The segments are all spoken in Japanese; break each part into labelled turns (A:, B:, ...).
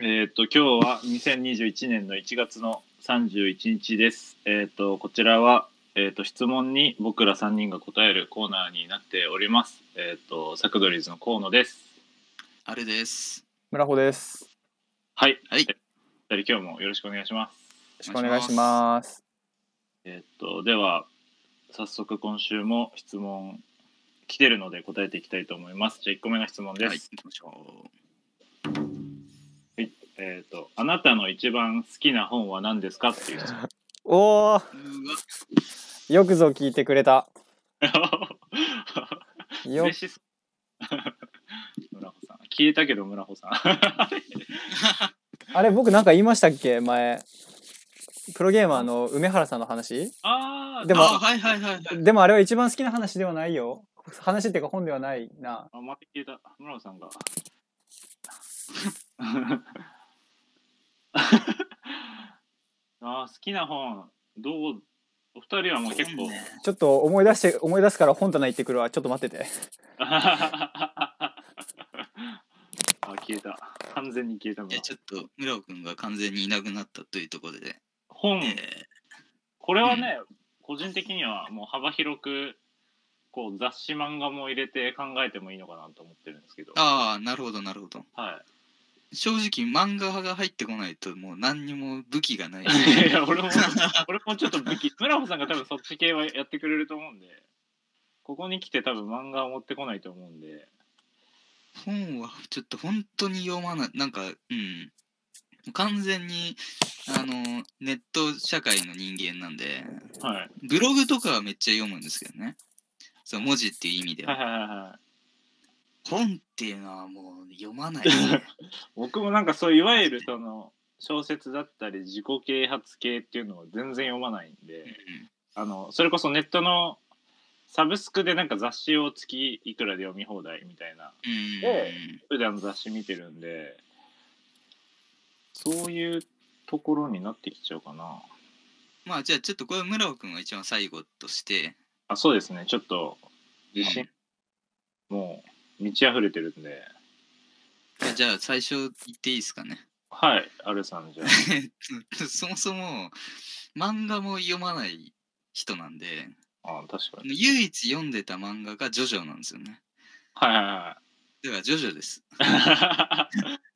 A: えーっと、今日は2021年の1月の31日です。えーっと、こちらは、えーっと、質問に僕ら3人が答えるコーナーになっております。えーっと、サクドリーズの河野です。
B: あれです。
C: 村穂です。よ
A: はい。
B: はい
A: えお二人今日もよろしくお願いします。
C: ろしくお願いします。
A: えーっと、では、早速今週も質問来てるので答えていきたいと思います。じゃあ1個目の質問です。
B: はい、行きましょ
A: えーっと、あなたの一番好きな本は何ですかっていう質問。
C: おお、
B: う。うわ、
C: よくぞ聞いてくれた。よ
A: 嬉、しそう 村穂さん消えたけど村穂さん
C: あれ僕なんか言いましたっけ前。プロゲーマーの梅原さんの話
A: ああ
C: でも
B: あ、はいはいはいはい。
C: でもあれは一番好きな話ではないよ。話っていうか本ではないな。
A: あまた消えた村穂さんが あー好きな本どうお二人はもう結構
C: ちょっと思い出して、思い出すから本棚行ってくるわ。ちょっと待ってて。
A: あ消えた完全に消えた
B: い
A: 村
B: や、ちょっと、村尾くんが完全にいなくなったというところで、
A: 本
B: え
A: これはね、個人的にはもう幅広くこう雑誌漫画も入れて考えてもいいのかなと思ってるんですけど
B: ー、ああ、なるほどなるほど。
A: は
B: 正直、漫画派が入ってこないと、もう何にも武器 がない。
A: い、いや俺も俺もちょっと武器村穂さんが多分そっち系はやってくれると思うんでここに来て多分漫画を持ってこないと思うんで
B: 本はちょっと本当に読まない、なんか、うん。完全に、あの、ネット社会の人間なんで、
A: はい
B: ブログとかはめっちゃ読むんですけどね。そう、文字っていう意味で
A: はい
B: は。
A: はいはいはい
B: 本っていうのはもう読 まない、ね。
A: 僕もなんかそういわゆるその小説だったり自己啓発系っていうのを全然読まないんであのそれこそネットのサブスクでなんか雑誌を月いくらで読み放題みたいな
B: うん。うん
A: で普段雑誌見てるんでそういうところになってきちゃうかな
B: まあじゃあちょっとこれ村尾くんが一番最後として、
A: あそうですねちょっと自信、もう満ち溢れてるんで
B: じゃあ最初言っていいですかね。
A: はいアルさんじゃあ
B: そもそも漫画も読まない人なんで、
A: あ確かに
B: 唯一読んでた漫画がジョジョなんですよね。
A: はいはいは
B: だからジョジョです。
A: い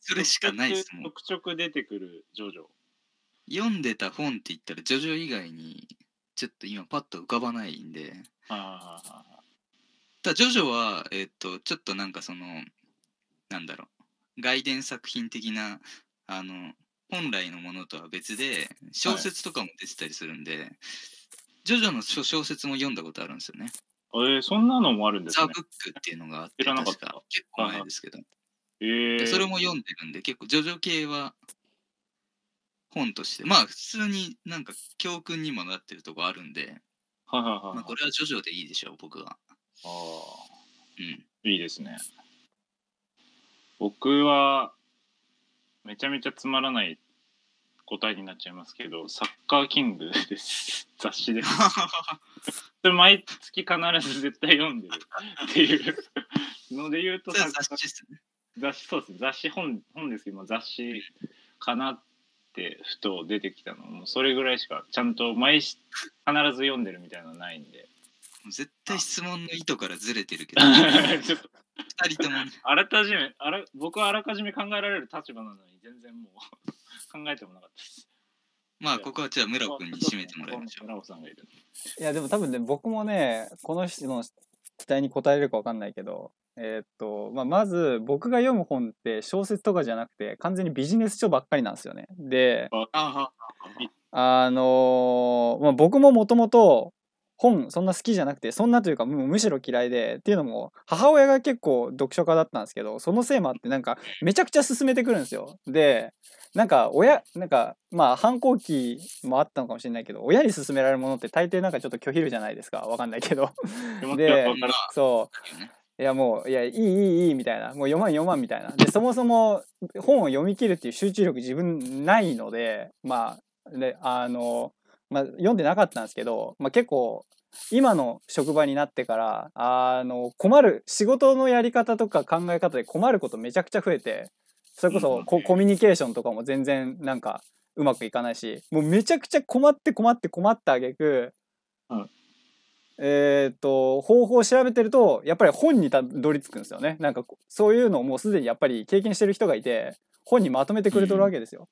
B: それしかないです
A: ち
B: も
A: ょ
B: ん。
A: くちょく出てくるジョジョ
B: 読んでた本って言ったらジョジョ以外にちょっと今パッと浮かばないん
A: は
B: で。
A: いはいはいはい
B: ただジョジョは、えっと、ちょっとなんかその、なんだろう、外伝作品的な、あの、本来のものとは別で、小説とかも出てたりするんで、ジョジョの小小説も読んだことあるんですよね。
A: えー、そんなのもあるんです
B: ザ・
A: ね
B: ブックっていうのがあって、
A: 知らなかった
B: 確か結構前ですけど、
A: えー、
B: それも読んでるんで、結構ジョジョ系は本として、まあ普通になんか教訓にもなってるとこあるんで、
A: はいはいはい、
B: まあこれはジョジョでいいでしょう、僕は。
A: あー
B: うん。
A: いいですね。僕は、めちゃめちゃつまらない答えになっちゃいますけど、サッカーキングです。 雑誌です。それ毎月必ず絶対読んでるっていうので言うと、
B: それ
A: サ
B: は
A: ッカ
B: 雑
A: ー
B: 誌ですね。
A: 雑誌、そうです。雑誌本、本ですけど、雑誌かなってふと出てきたの。もうそれぐらいしか、ちゃんと毎し必ず読んでるみたいなのはないんで。
B: もう絶対質問の意図からずれて るけど。
A: ちょっと
B: 二人ともね、
A: あらかじめあら僕はあらかじめ考えられる立場なのに全然もう考えてもなかったです。
B: まあここはじゃあ村君に締めてもらいましょう。
A: 村尾さんがいる。
C: いやでも多分ね僕もねこの人の期待に応えれるかわかんないけどえーっと、まあ、まず僕が読む本って小説とかじゃなくて完全にビジネス書ばっかりなんですよね。で
B: あは
C: あのーまあ、僕ももともと本そんな好きじゃなくてそんなというかむむしろ嫌いでっていうのも母親が結構読書家だったんですけどそのせいもあってなんかめちゃくちゃ進めてくるんですよ。でなんか親なんかまあ反抗期もあったのかもしれないけど親に勧められるものって大抵なんかちょっと拒否るじゃないですかわかんないけど
A: でも
C: で
A: やっぱ
B: まあ
C: そういやもういやいいいいいいみたいなもう読まん読まんみたいなでそもそも本を読み切るっていう集中力自分ないのでまあであの、まあ、読んでなかったんですけど、まあ、結構今の職場になってからあの困る仕事のやり方とか考え方で困ることめちゃくちゃ増えてそれこそココミュニケーションとかも全然なんかうまくいかないしもうめちゃくちゃ困って困って困ったあげく、
A: うん
C: えーっと方法を調べてるとやっぱり本にたどり着くんですよねなんかこうそういうのをもうすでにやっぱり経験してる人がいて本にまとめてくれてるわけですよ。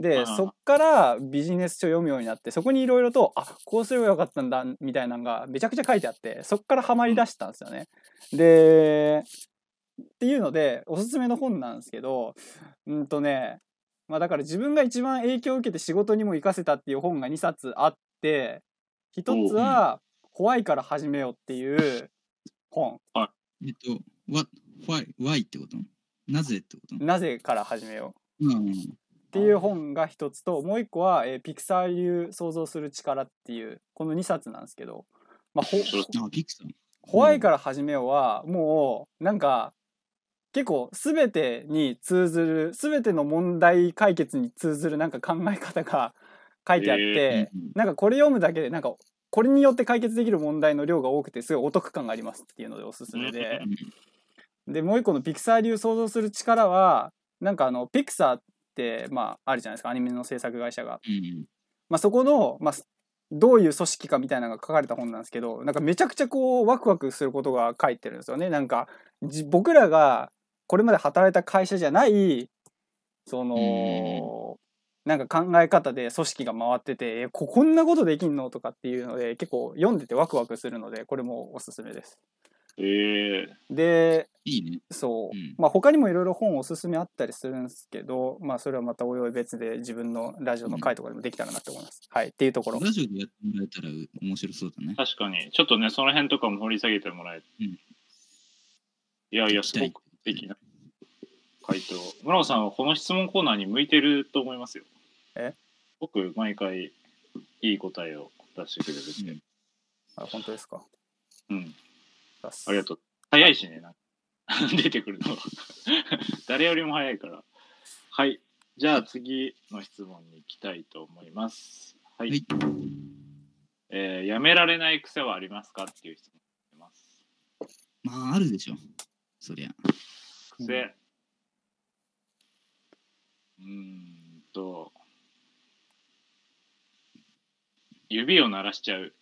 C: で
A: ああ
C: そっからビジネス書読むようになってそこにいろいろとあこうすればよかったんだみたいなのがめちゃくちゃ書いてあってそっからハマりだしたんですよね。でっていうのでおすすめの本なんですけどうんとねまあだから自分が一番影響を受けて仕事にも活かせたっていう本が2冊あって一つは「ホワイから始めよう」っていう本
B: えっと、what, why, why ってことなぜってこと
C: 「なぜから始めよう」
B: うん。
C: っていう本が一つともう一個は、えーピクサー流想像する力っていうこの2冊なんですけど、まあ、ほ
B: あ、ピクサー。
C: ホワイから始めようはもうなんか結構全てに通ずる全ての問題解決に通ずるなんか考え方が書いてあって、
A: え
B: うん
C: なんかこれ読むだけでなんかこれによって解決できる問題の量が多くてすごいお得感がありますっていうのでおすすめででもう一個のピクサー流想像する力はなんかあのピクサーってまああるじゃないですかアニメの制作会社が。
B: うん。
C: まあ、そこの、まあ、すどういう組織かみたいなのが書かれた本なんですけどなんかめちゃくちゃこうワクワクすることが書いてるんですよね。なんかじ僕らがこれまで働いた会社じゃないそのなんか考え方で組織が回っててえここんなことできんのとかっていうので結構読んでてワクワクするのでこれもおすすめです。
A: えー、
C: で
B: いいね。
C: そ
B: う
C: う、
B: ん
C: まあ他にもいろいろ本おすすめあったりするんですけどまあそれはまたおいおい別で自分のラジオの回とかでもできたらなって思います。はいっていうところ。
B: ラジオでやってもらえたらう面白そうだね。
A: 確かに。ちょっとね、その辺とかも掘り下げてもらえて。
B: うん
A: いやいや、すごく素敵な回答。村尾さんはこの質問コーナーに向いてると思いますよ。
C: え
A: 僕、毎回いい答えを出してくれるんで。
C: あ本当ですか。
A: うん、
C: あ
A: ありが
C: う。
A: とう。早いしね、なんか 出てくるの。 誰よりも早いから。はい。じゃあ次の質問に行きたいと思います。はい。
B: はい。
A: えーやめられない癖はありますかっていう質問になってます。
B: まあ、あるでしょ。そりゃ。
A: 癖うーんと指を鳴らしちゃう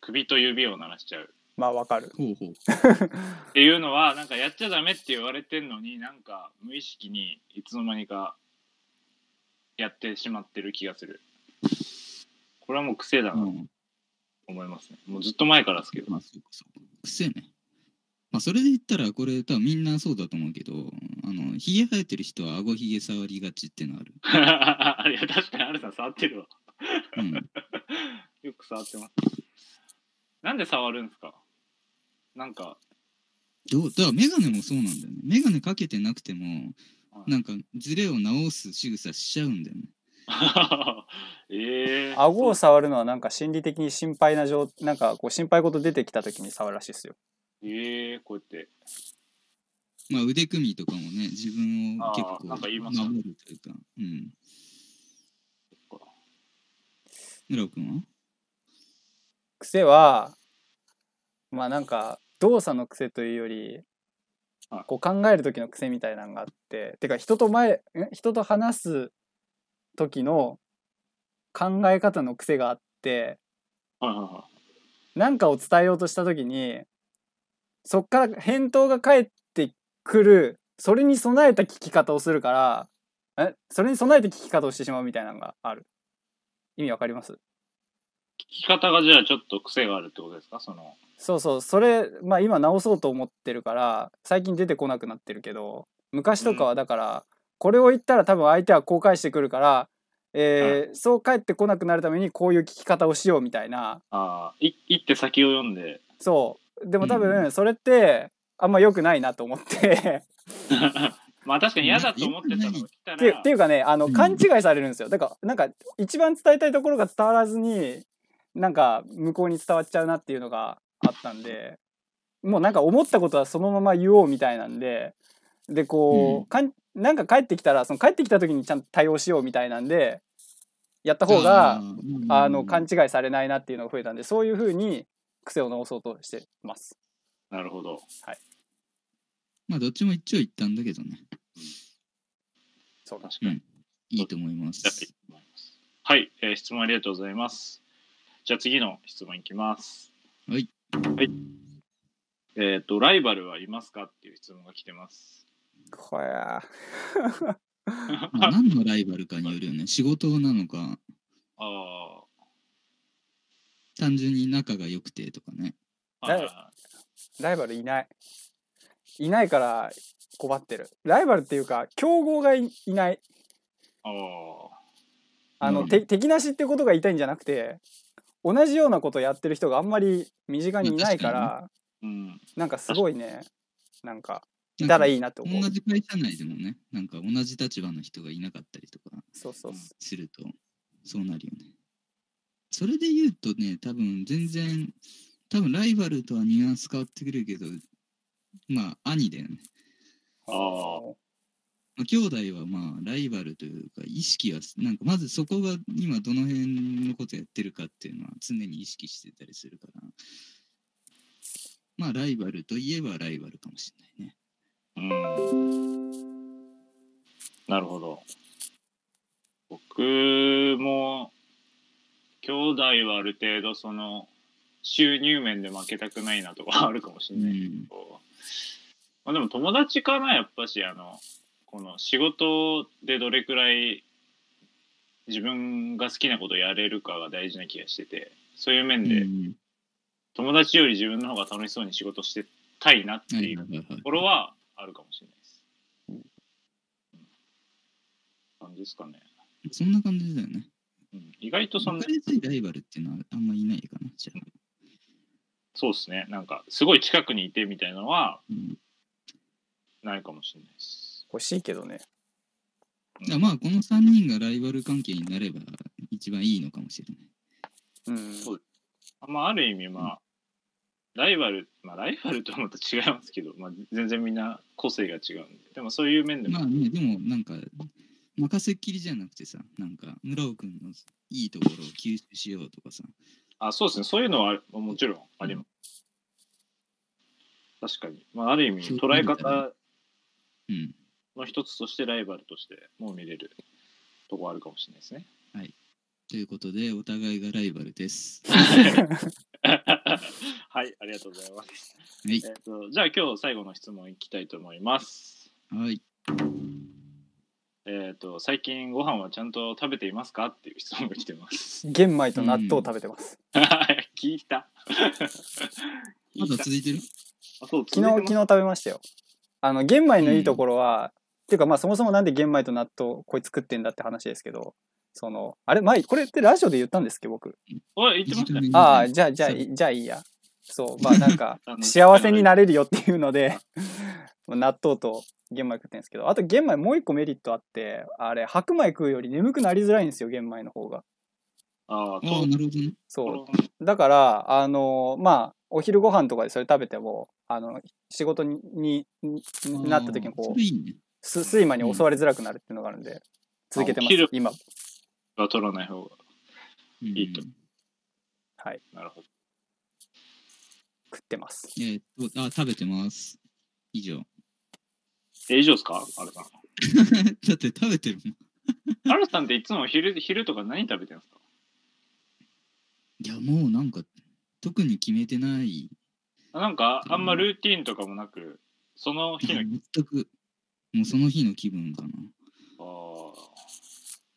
A: 首と指を鳴らしちゃう
C: まあわかる。
B: ほうほう。
A: っていうのはなんかやっちゃダメって言われてんのになんか無意識にいつの間にかやってしまってる気がするこれはもう癖だなと
B: うん。
A: 思いますね、もうずっと前からですけど
B: まあ、そうかそうか。癖ね。まあ、それで言ったら、これ多分みんなそうだと思うけど、あの、ひげ生えてる人は顎ひげ触りがちってのある。
A: あいや確かにアルさん触ってるわ
B: うん。
A: よく触ってます。なんで触るんですかなんか、
B: どうだからメガネもそうなんだよね。メガネかけてなくても、なんか、ズレを直す仕草しちゃうんだよね。
A: ええー。
C: 顎を触るのはなんか心理的に心配な状なんかこう心配事出てきた時に触るらしいですよ。
A: ええー、こうやって。
B: まあ、腕組みとかもね、自分を結
A: あー
B: 構
A: なんか言いますよね
B: 守るというか。うん。
A: そっか
B: 村尾君は
C: 癖はまあなんか動作の癖というより
A: はい
C: こう考える時の癖みたいなのがあっててか人と前ん人と話す時の考え方の癖があって
A: はいはいは
C: 何かを伝えようとした時にそっから返答が返ってくるそれに備えた聞き方をするからえそれに備えて聞き方をしてしまうみたいなのがある意味わかります
A: い。聞き方がじゃあちょっと癖があるってことですかその。
C: そうそうそれまあ今直そうと思ってるから最近出てこなくなってるけど昔とかはだから、これを言ったら多分相手はこう返してくるから、えーそう返ってこなくなるためにこういう聞き方をしようみたいな
A: ああ、い行って先を読んで。
C: そうでも多
B: う
C: 分それってあんま良くないなと思って。
A: まあ確かに嫌だと思ってたのが来た
C: っていう
A: ら
C: ってい。うかねあの、
B: うん
C: 勘違いされるんですよだからなんか一番伝えたいところが伝わらずになんか向こうに伝わっちゃうなっていうのがあったんでもうなんか思ったことはそのまま言おうみたいなんででこう、
B: うん
C: かんなんか帰ってきたらその帰ってきた時にちゃんと対応しようみたいなんでやった方があ、の勘
B: じ。
C: 違いされないなっていうのが増えたんでそういう風に癖を直そうとしてます。
A: なるほど。
B: まあ、どっちも一長一短だけどね。
C: そうだ
A: 確かに。
B: いいと思います。
A: はい、えー質問ありがとうございます。じゃあ次の質問いきます。
B: はい。
A: はい。えっ、と、ライバルはいますかっていう質問が来てます。
C: こりゃ
B: まあ、何のライバルかによるよね。仕事なのか、
A: あ
B: 単純に仲が良くてとかね。
A: あ、
C: ライライバルいないいないから困ってるライバルっていうか競合がいいない
A: ああ、
C: あの、
B: うん
C: て敵なしってことが言いたいんじゃなくて同じようなことやってる人があんまり身近にいないから、
B: ま
A: うん。
C: なんかすごいねなんかい
B: なん
C: た
B: から
C: いいなって思う
B: 同じ会社内でもね、なんか同じ立場の人がいなかったりとか
C: そうそうそ
B: すると、そうなるよね。それで言うとね、多分全然、多分ライバルとはニュアンス変わってくるけど、まあ、兄だよね。
C: う
A: あ
B: まあ、兄弟はまあライバルというか意識はなんかまずそこが今どの辺のことやってるかっていうのは常に意識してたりするからまあライバルといえばライバルかもしれないね
A: うん。なるほど。僕も、兄弟はある程度、その、収入面で負けたくないなとかあるかもしれないけど、まあでも友達かな、やっぱし、あの、この仕事でどれくらい自分が好きなことやれるかが大事な気がしてて、そういう面で、
B: うん
A: 友達より自分の方が楽しそうに仕事してたいなって
B: はい
A: いう
B: はいはいはい
A: ところはあるかもしれないです。うん感じですかね。
B: そんな感じだよね
A: うん、意外とそ
B: 分
A: ん
B: か
A: な、
B: りやすいライバルっていうのはあんまいないかなじゃあ、
A: そうですね。なんか、すごい近くにいてみたいなのは
B: うん
A: ないかもしれないです。
C: 欲しいけどね
A: うん
B: だからまあこの3人がライバル関係になれば一番いいのかもしれない
C: うん
A: そうまあ、ある意味、まあ、ライバル、まあ、ライバルとはまた違いますけど、まあ、全然みんな個性が違うんで、でもそういう面でも、
B: まあね、でもなんか、任せっきりじゃなくてさ、なんか、村尾君のいいところを吸収しようとかさ、
A: あ、そうですね。そういうのはもちろんあります。確かに。まあ、ある意味、捉え方
B: うん、
A: の一つとしてライバルとしても見れるとこあるかもしれないです ね。
B: ということで、お互いがライバルです。
A: はい、ありがとうございます。
B: はい
A: えっ、と、じゃあ今日最後の質問いきたいと思います。
B: はい。
A: えっ、と、最近ご飯はちゃんと食べていますかっていう質問が来てます。
C: 玄米と納豆を食べてます、
A: 聞いた。
B: まだ
A: 聞いた
B: 続いてる
A: あそう
C: 昨日
A: 続い
C: 昨
A: て
C: 日
A: ます
C: 食べましたよあの玄米のいいところは、っていうかまあそもそもなんで玄米と納豆こいつ食ってんだって話ですけどそのあれ前これってラジオで言ったんですっけど僕
A: おい言ってましたね。
C: ああじゃあじゃあ
B: そう
C: いじゃあいいやそうまあなんか
A: あの
C: 幸せになれるよっていうので 納豆と玄米食ってんですけどあと玄米もう一個メリットあってあれ白米食うより眠くなりづらいんですよ玄米の方が
A: ああ、
B: ああ、なるほどね。
C: そう
A: う。
C: だからあのまあお昼ご飯とかでそれ食べてもあの仕事ににになった時に
B: ああ
C: こ
B: そうれいいね。
C: す睡魔に襲われづらくなるっていうのがあるんで続けてま
A: お
C: す
A: 昼
C: 今
A: は取らない方が。
B: うん
A: いいとなるほど。
C: 食ってます
B: えーっと、あ、食べてます。以上。
A: え、以上ですかアルさん。
B: だって食べてるもん。
A: アルさんっていつも昼昼とか何食べてるんですか
B: いや、もうなんか、特に決めてない。
A: なんかあんまルーティーンとかもなく、その日の
B: 全く、もうその日の気分かな。
A: ああ。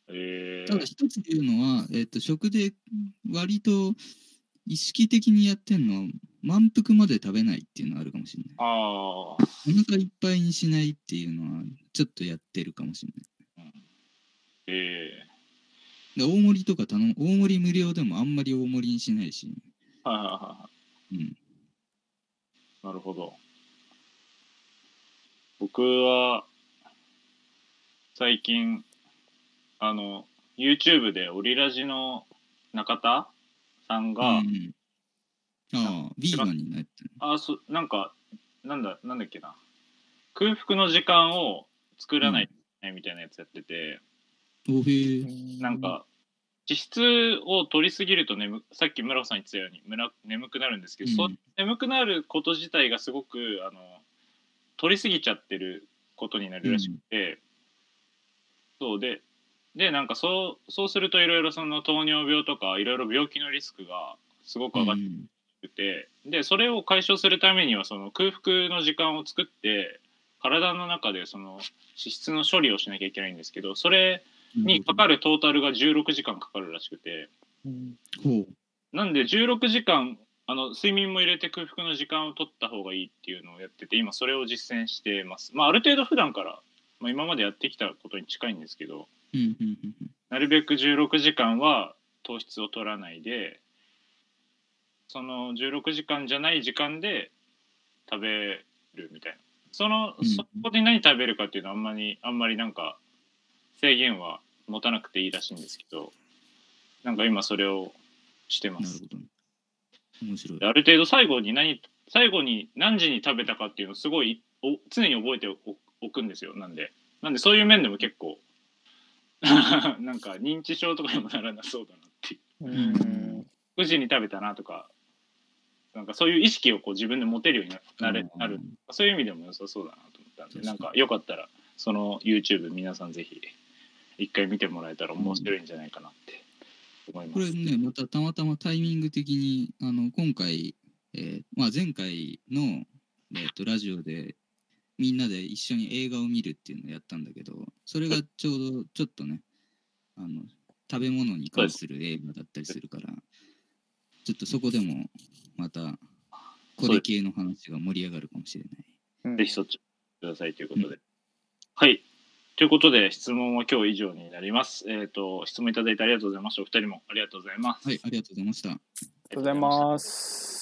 A: ええ
B: ただ一つ言うのは、えっと食で割と意識的にやってんのは満腹まで食べないっていうのはあるかもしれない。
A: ああ。
B: お腹いっぱいにしないっていうのはちょっとやってるかもしれ
A: ええ
B: ない。で大盛りとか頼む、大盛り無料でもあんまり大盛りにしないし、
A: はいはいはいは
B: うん。
A: い。なるほど。僕は、最近、あの、YouTube でオリラジの中田さんが、
B: うんうんああ、ビーガンになってる。
A: あそなんか、なんだ、なんだっけな。空腹の時間を作らないといけないみたいなやつやってて、
B: おへえ
A: なんか、脂質を取りすぎると眠、さっき村尾さん言ってたように、むら眠くなるんですけど、そう
B: うん
A: 眠くなること自体がすごくあの取りすぎちゃってることになるらしくて、そうででなんかそうそうするといろいろその糖尿病とかいろいろ病気のリスクがすごく上がっ
B: うん
A: てて、でそれを解消するためにはその空腹の時間を作って体の中でその脂質の処理をしなきゃいけないんですけどそれにかかるトータルが16時間かかるらしくて
B: ほう
A: なんで16時間あの睡眠も入れて空腹の時間を取った方がいいっていうのをやってて今それを実践してます。まあ、ある程度普段から、まあ、今までやってきたことに近いんですけど、
B: うんうんうんうん
A: なるべく16時間は糖質を取らないでその16時間じゃない時間で食べるみたいなその
B: うん
A: そこで何食べるかっていうのはあんまりあんまりなんか制限は持たなくていいらしいんですけどなんか今それをしてま
B: なる
A: す
B: ほどね。面白い。
A: ある程度最後に何最後に何時に食べたかっていうのをすごいお常に覚えておおくんですよなんでなんでそういう面でも結構 なんか認知症とかにもならなそうだなっていう
C: うん
A: 9時に食べたなとかなんかそういう意識をこう自分で持てるようにななれなるそういう意味でも良さそうだなと思ったんで
B: そうそ
A: な
B: う
A: んかよかったらその YouTube 皆さんぜひ一回見てもらえたら面白いんじゃないかなって思い
B: こ
A: ま
B: れ
A: す。
B: ね、またたまたまタイミング的に、あの今回、えーまあ、前回の、えー、とラジオでみんなで一緒に映画を見るっていうのをやったんだけど、それがちょうどちょっとね、あの食べ物に関する映画だったりするから、ちょっとそこでもまたこれ系の話が盛り上がるかもしれない。
C: うん
A: ぜひそっちくださいということで。はい。ということで、質問は今日以上になります。えっ、と、質問いただいてありがとうございました。お二人もありがとうございます。
B: はい、ありがとうございました。
C: ありがとうございます。